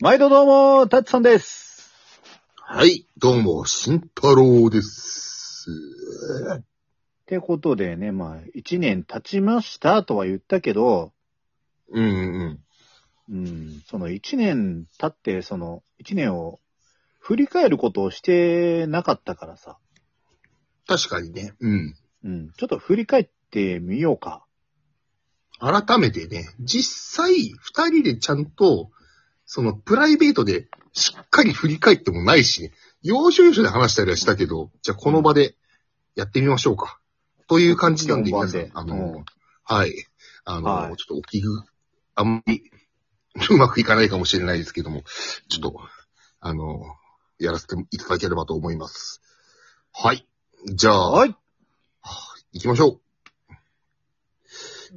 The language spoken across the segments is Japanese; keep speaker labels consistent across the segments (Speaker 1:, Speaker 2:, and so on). Speaker 1: 毎度どうも、タッチさんです。
Speaker 2: はい、どうも、慎太郎です。
Speaker 1: ってことでね、まあ、一年経ちましたとは言ったけど、
Speaker 2: うんうん。
Speaker 1: うん、その一年経って、その一年を振り返ることをしてなかったからさ、
Speaker 2: 確かにね。うん。
Speaker 1: うん、ちょっと振り返ってみようか。
Speaker 2: 改めてね、実際、二人でちゃんと、その、プライベートで、しっかり振り返ってもないし、要所要所で話したりはしたけど、じゃあこの場で、やってみましょうか。という感じなんで、
Speaker 1: 本
Speaker 2: 皆
Speaker 1: 番
Speaker 2: さ
Speaker 1: で
Speaker 2: ん、あ
Speaker 1: う
Speaker 2: の
Speaker 1: ん、
Speaker 2: はい。あの、
Speaker 1: はい
Speaker 2: ちょっとお聞きぐ、あんまり、うまくいかないかもしれないですけども、ちょっと、あの、やらせていただければと思います。はい。じゃあ、
Speaker 1: はい。
Speaker 2: 行きましょう。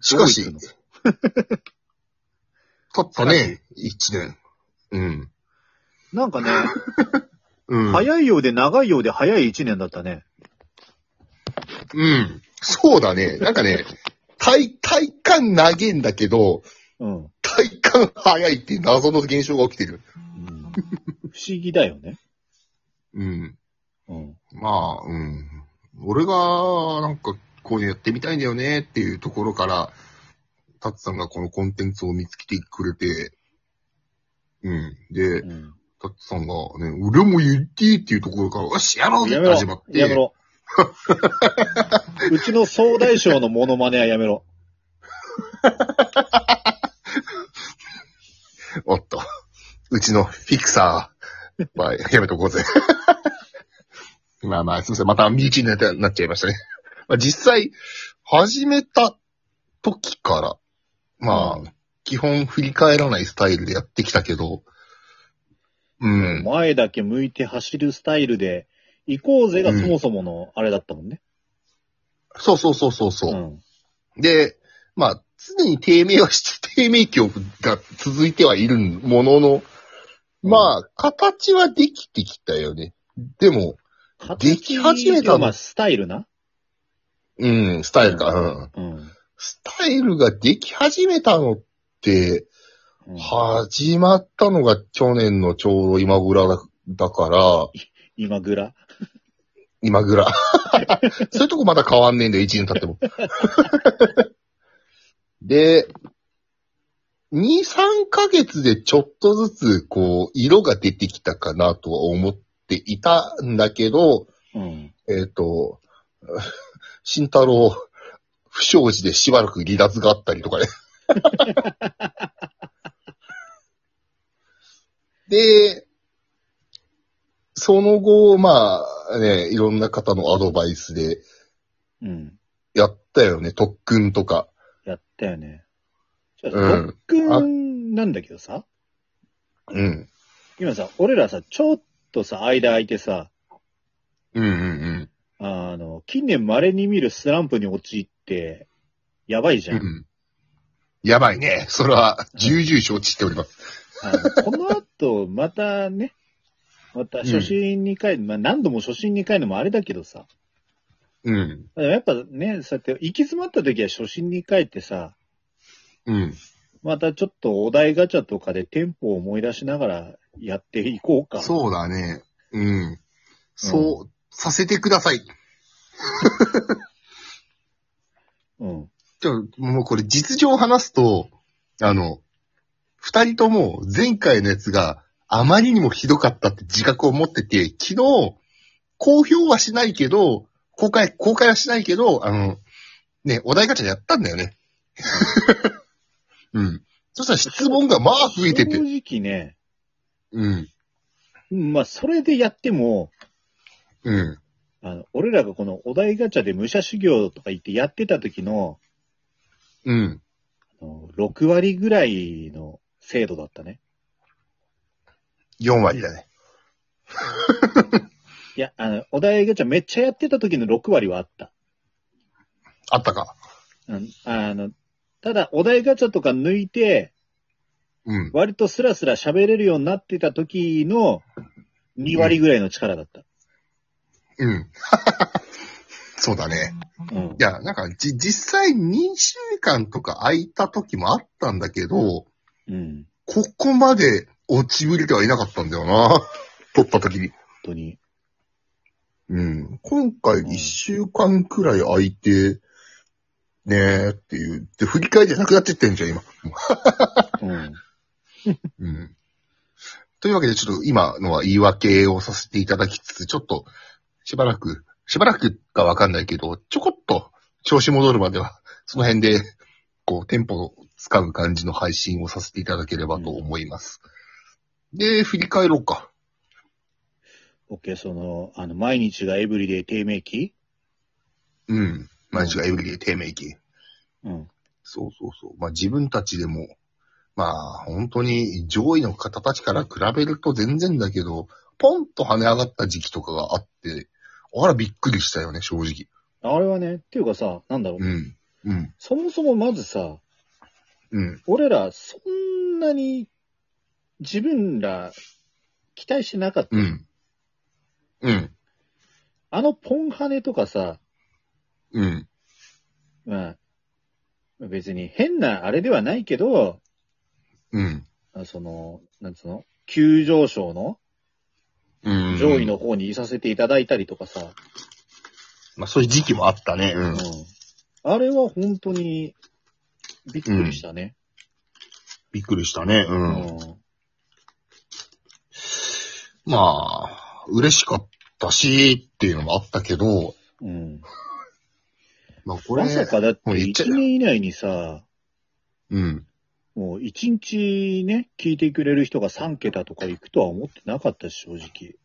Speaker 2: しかし、
Speaker 1: どういくの
Speaker 2: 経ったね、一年。うん。
Speaker 1: なんかね、
Speaker 2: うん。
Speaker 1: 早いようで長いようで早い一年だったね。
Speaker 2: うん。そうだね。なんかね、体、体感長げんだけど、
Speaker 1: うん。うん
Speaker 2: 体感早いっていう謎の現象が起きてる。
Speaker 1: 不思議だよね。
Speaker 2: うん。
Speaker 1: うん。
Speaker 2: まあ、うん。俺が、なんか、こういうのやってみたいんだよねっていうところから、タツさんがこのコンテンツを見つけてくれて、うん。で
Speaker 1: う、ん、
Speaker 2: タツさんがね、俺も言っていいっていうところから、よし、やろうぜ
Speaker 1: や
Speaker 2: っ
Speaker 1: め
Speaker 2: て
Speaker 1: ろ
Speaker 2: 始まっ。て。
Speaker 1: やめ ろ。うちの総大将のモノマネはやめろ。
Speaker 2: おっと。うちのフィクサーは、やめとこうぜ。 まあまあ、すみません。また身内になってなっちゃいましたね。まあ実際、始めた時から、まあ、基本振り返らないスタイルでやってきたけど、うん。
Speaker 1: 前だけ向いて走るスタイルで、行こうぜがそもそものあれだったもんね。
Speaker 2: そうそうそうそう
Speaker 1: う
Speaker 2: そう、
Speaker 1: ん。
Speaker 2: で、まあ、常に低迷はし、 低迷期が続いてはいるものの、まあ、形はできてきたよね。でも、でき始めたの
Speaker 1: まあ、スタイルな。
Speaker 2: うん、スタイルか。うん。
Speaker 1: うん。
Speaker 2: スタイルができ始めたのって、
Speaker 1: うん
Speaker 2: 始まったのが去年のちょうど今ぐらだだから、
Speaker 1: 今ぐら。
Speaker 2: 今ぐら。そういうとこまだ変わんねえんだよ、1年経っても。 で、2、3ヶ月でちょっとずつ、こう、色が出てきたかなとは思っていたんだけど、
Speaker 1: うん。
Speaker 2: えっ、と、 慎太郎、不祥事でしばらく離脱があったりと かね。で、その後、まあね、いろんな方のアドバイスで
Speaker 1: うん。
Speaker 2: やったよね、特訓とか。
Speaker 1: やったよね。ちょっと
Speaker 2: うん
Speaker 1: 特訓なんだけどさ、
Speaker 2: うん。
Speaker 1: 今さ、俺らさ、ちょっとさ、間空いてさ、
Speaker 2: うんうん
Speaker 1: あの、近年稀に見るスランプに陥って、やばいじ
Speaker 2: うん。
Speaker 1: ゃ。
Speaker 2: うんん、やばいね。それは、重々承知しております。
Speaker 1: あのこの後、またね、また初心2回、まあ何度も初心2回のもあれだけどさ、
Speaker 2: うん。
Speaker 1: でもやっぱね、そうやって行き詰まった時は初心に帰ってさ、
Speaker 2: うん。
Speaker 1: またちょっとお題ガチャとかでテンポを思い出しながらやっていこうか。う。
Speaker 2: そうだね。うん。そう、させてください。
Speaker 1: うん。
Speaker 2: ちょ、もうこれ実情を話すと、あの、二人とも前回のやつがあまりにもひどかったって自覚を持ってて、昨日、公表はしないけど、公開、公開はしないけど、あの、ね、お題ガチャでやったんだよね。うん。そしたら質問がまあ増えてて。
Speaker 1: 正直ね、
Speaker 2: うん。
Speaker 1: うんまあそれでやっても、
Speaker 2: うん。
Speaker 1: あの、俺らがこのお題ガチャで武者修行とか言ってやってた時の、
Speaker 2: うん。
Speaker 1: あの6割ぐらいの精度だったね。
Speaker 2: 4割だね。
Speaker 1: いや、あの、お題ガチャめっちゃやってた時の6割はあった。
Speaker 2: あったか。
Speaker 1: うん、あの、ただお題ガチャとか抜いて、
Speaker 2: うん。
Speaker 1: 割とスラスラ喋れるようになってた時の2割ぐらいの力だった。
Speaker 2: うん。 そうだね。
Speaker 1: うん
Speaker 2: い。や、なんか、じ、実際2週間とか空いた時もあったんだけど、
Speaker 1: うん。
Speaker 2: ここまで落ちぶれてはいなかったんだよな。 撮った時に。
Speaker 1: 当に。
Speaker 2: うん。今回一週間くらい空いて、ねえっていう。で、振り返りじゃなくなっちゃってんじゃん、今。
Speaker 1: うん。
Speaker 2: うん。というわけで、ちょっと今のは言い訳をさせていただきつつ、ちょっと、しばらく、しばらくかわかんないけど、ちょこっと調子戻るまでは、その辺で、こう、テンポをつかむ感じの配信をさせていただければと思います。で、振り返ろうか。
Speaker 1: OK、その、あの、毎日がエブリデイ低迷期
Speaker 2: うん。毎日がエブリデイ低迷期。
Speaker 1: うん。
Speaker 2: そうそうそう。まあ自分たちでも、まあ本当に上位の方たちから比べると全然だけど、ポンと跳ね上がった時期とかがあって、あらびっくりしたよね、正直。
Speaker 1: あれはね、っていうかさ、なんだろう。
Speaker 2: うん。うん。
Speaker 1: そもそもまずさ、
Speaker 2: うん。
Speaker 1: 俺ら、そんなに、自分ら、期待してなかった。
Speaker 2: うん。うん。
Speaker 1: あのポンハネとかさ、
Speaker 2: うん。
Speaker 1: まあ、別に変なあれではないけど、
Speaker 2: うん。
Speaker 1: あその、なんつうの急上昇の
Speaker 2: うん。
Speaker 1: 上位の。方にいさせていただいたりとかさ、
Speaker 2: まあそういう時期もあったね。う
Speaker 1: うん
Speaker 2: ん。。
Speaker 1: あれは本当に、びっくりしたね。
Speaker 2: びっくりしたね。う。
Speaker 1: うん
Speaker 2: まあ、嬉しかったし、っていうのもあったけど、
Speaker 1: ん。うん。
Speaker 2: まあこれ、
Speaker 1: まさかだって
Speaker 2: もう言っちゃ
Speaker 1: 1年以内にさ、
Speaker 2: うん。
Speaker 1: もう1日ね、聞いてくれる人が3桁とか行くとは思ってなかったし、正直。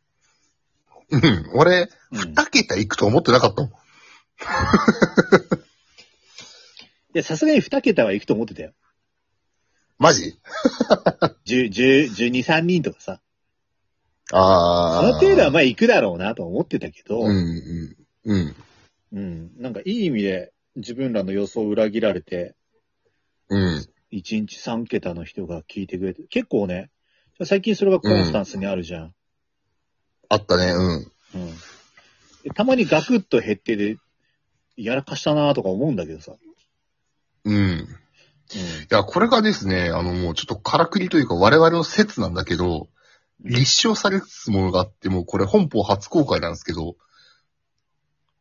Speaker 2: うん。俺、
Speaker 1: うん。
Speaker 2: 二桁行くと思ってなかったもん。
Speaker 1: で、さすがに2桁は行くと思ってたよ。
Speaker 2: マジ
Speaker 1: 10、10 12、3人とかさ。そ
Speaker 2: あ
Speaker 1: の
Speaker 2: あ。
Speaker 1: 程度はまあ行くだろうなとは思ってたけど、
Speaker 2: うん、うん、うん、
Speaker 1: うん。なんかいい意味で自分らの予想を裏切られて、
Speaker 2: うん、
Speaker 1: 1日3桁の人が聞いてくれて、結構ね、最近それがコンスタンスにあるじゃん。
Speaker 2: あったね、うん。
Speaker 1: うん。でたまにガクッと減ってで、やらかしたなとか思うんだけどさ。
Speaker 2: うん。いや、これがですね、あの、もうちょっとからくりというか我々の説なんだけど、
Speaker 1: うん
Speaker 2: 立証されつつものがあって、もうこれ本邦初公開なんですけど、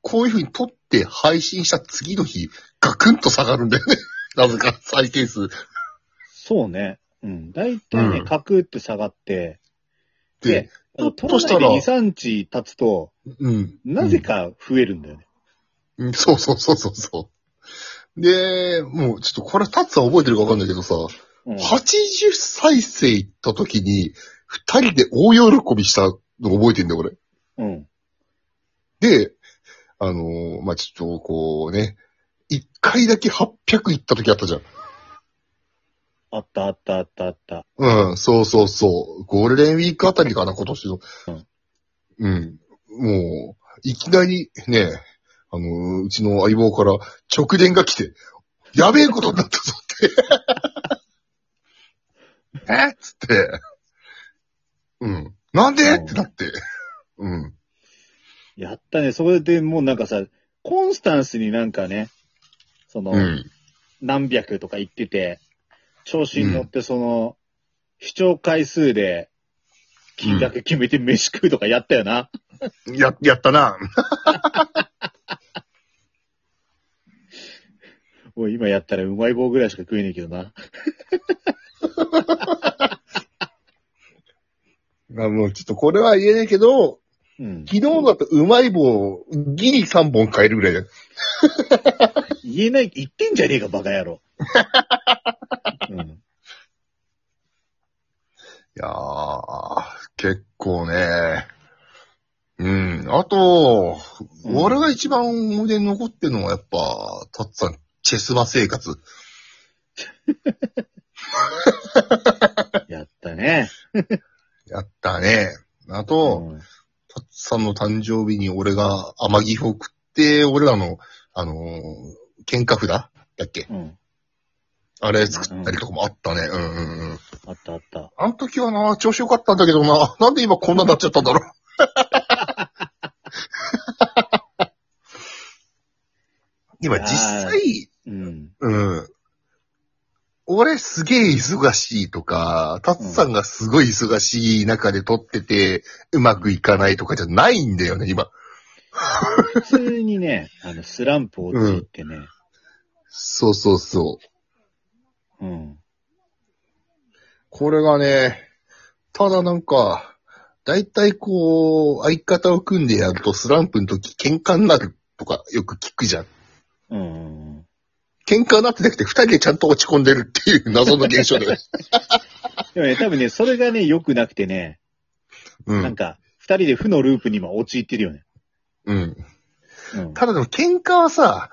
Speaker 2: こういう風に撮って配信した次の日、ガクンと下がるんだよね。 なぜか再生数っ
Speaker 1: そうね。うん。大体ね、
Speaker 2: うん
Speaker 1: カクって下がって、
Speaker 2: て
Speaker 1: で。
Speaker 2: ちょっ
Speaker 1: 取
Speaker 2: と
Speaker 1: ら
Speaker 2: した
Speaker 1: ない
Speaker 2: ら
Speaker 1: で2、、3日経つと、
Speaker 2: うん。
Speaker 1: なぜか増えるんだよね。
Speaker 2: うん、そうそうそうそうそう。で、もうちょっとこれタツは覚えてるかわかんないけどさ、
Speaker 1: うん。
Speaker 2: 80再生行った時に、二人で大喜びしたの覚えてんだよ、俺。
Speaker 1: うん。
Speaker 2: で、あのーまあ、ちょっとこうね、一回だけ800行った時あったじゃん。
Speaker 1: あったあったあったあった。
Speaker 2: うん、そうそうそう。ゴールデンウィークあたりかな、今年の。うん。もう、いきなりね、あのーうちの相棒から直電が来て、やべえことになったぞ って。えっつって。うん。なんでってなって。うん。
Speaker 1: やったね。それでもうなんかさ、コンスタンスになんかね、その、
Speaker 2: うん。
Speaker 1: 何百とか言ってて、調子に乗ってその、視聴回数で、金額決めて飯食うとかやったよな。
Speaker 2: や、やったな。
Speaker 1: もう今やったらうまい棒ぐらいしか食えねえけどな。
Speaker 2: まあもうちょっとこれは言えねえけど、
Speaker 1: うん。
Speaker 2: 昨日だとうまい棒、ギリ3本買えるぐらいだよ。
Speaker 1: 言えない、言ってんじゃねえか、バカ野 郎。うん。
Speaker 2: いやー、結構ね。うん。あと、
Speaker 1: うん
Speaker 2: 俺が一番思い出に残ってるのはやっぱ、たっさん、チェスバ生活。
Speaker 1: やったね。
Speaker 2: やったね。あ
Speaker 1: う
Speaker 2: と、
Speaker 1: ん。
Speaker 2: たっさんの誕生日に俺が甘木を食って、俺らの、あのー喧嘩札だっけ
Speaker 1: うん。
Speaker 2: あれ作ったりとかもあったね。うんうんうん。
Speaker 1: あったあった。
Speaker 2: あの時はな、調子良かったんだけどな、 なんで今こんなになっちゃったんだろう。 今実際、
Speaker 1: うん。
Speaker 2: うん。俺すげえ忙しいとか、タツさんがすごい忙しい中で撮ってて、うまくいかないとかじゃないんだよね、今。
Speaker 1: 普通にね、あの、スランプを陥ってね、
Speaker 2: そうそうそう。
Speaker 1: うん。
Speaker 2: これがね、ただなんか、だいたいこう、相方を組んでやるとスランプの時喧嘩になるとかよく聞くじゃん。
Speaker 1: うん。
Speaker 2: 喧嘩になってなくて二人でちゃんと落ち込んでるっていう謎の現象だよね。
Speaker 1: でもね、多分ね、それがね、良くなくてね、
Speaker 2: う
Speaker 1: なん
Speaker 2: ん。
Speaker 1: か、二人で負のループに今陥ってるよね。
Speaker 2: うん。
Speaker 1: うん。
Speaker 2: ただでも喧嘩はさ、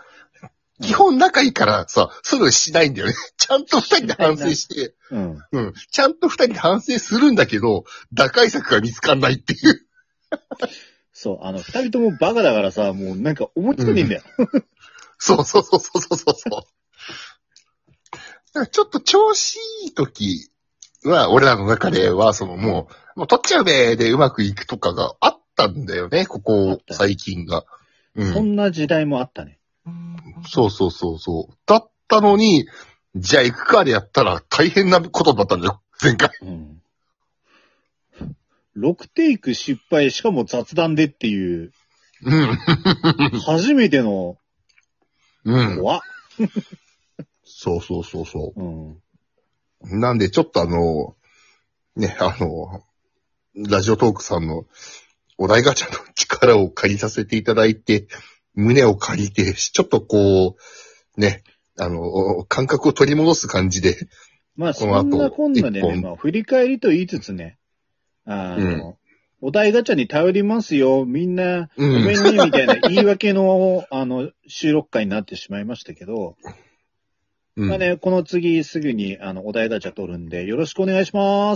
Speaker 2: 基本仲いいからさ、すぐしないんだよね。 ちゃんと二人で反省して、
Speaker 1: うん。
Speaker 2: うん。ちゃんと二人で反省するんだけど、打開策が見つかんないっていう。
Speaker 1: そう、あの、二人ともバカだからさ、もうなんか思いつかねえんだよ。
Speaker 2: そうそうそうそうそうそうそう。だからちょっと調子いい時は、俺らの中では、そのもう、もう取っちゃうべーでうまくいくとかがあったんだよね、こ
Speaker 1: あ
Speaker 2: こ
Speaker 1: った
Speaker 2: 最近が。う
Speaker 1: そ
Speaker 2: ん。
Speaker 1: んな時代もあったね。
Speaker 2: そうそうそうそう。だったのに、じゃあ行くかでやったら大変なことだったんだよ、前回。
Speaker 1: うん。6テイク失敗、しかも雑談でっていう、
Speaker 2: うん。
Speaker 1: 初めての、
Speaker 2: うん。
Speaker 1: 怖っ。
Speaker 2: そうそうそうそう。
Speaker 1: うん。
Speaker 2: なんで、ちょっとあの、ね、あの、ラジオトークさんのお題ガチャの力を借りさせていただいて、胸を借りて、ちょっとこう、ね、あの、感覚を取り戻す感じで、
Speaker 1: まあ、
Speaker 2: この
Speaker 1: そ
Speaker 2: 後
Speaker 1: んなこんなで
Speaker 2: 一
Speaker 1: ね、
Speaker 2: 本
Speaker 1: まあ、振り返りと言いつつね、あの、お題ガチャに頼りますよ、みんな、
Speaker 2: う
Speaker 1: ごめんね
Speaker 2: ん、、
Speaker 1: みたいな言い訳の、あの、収録会になってしまいましたけど、
Speaker 2: うん
Speaker 1: まあね、この次すぐに、あの、お題ガチャ取るんで、よろしくお願いします。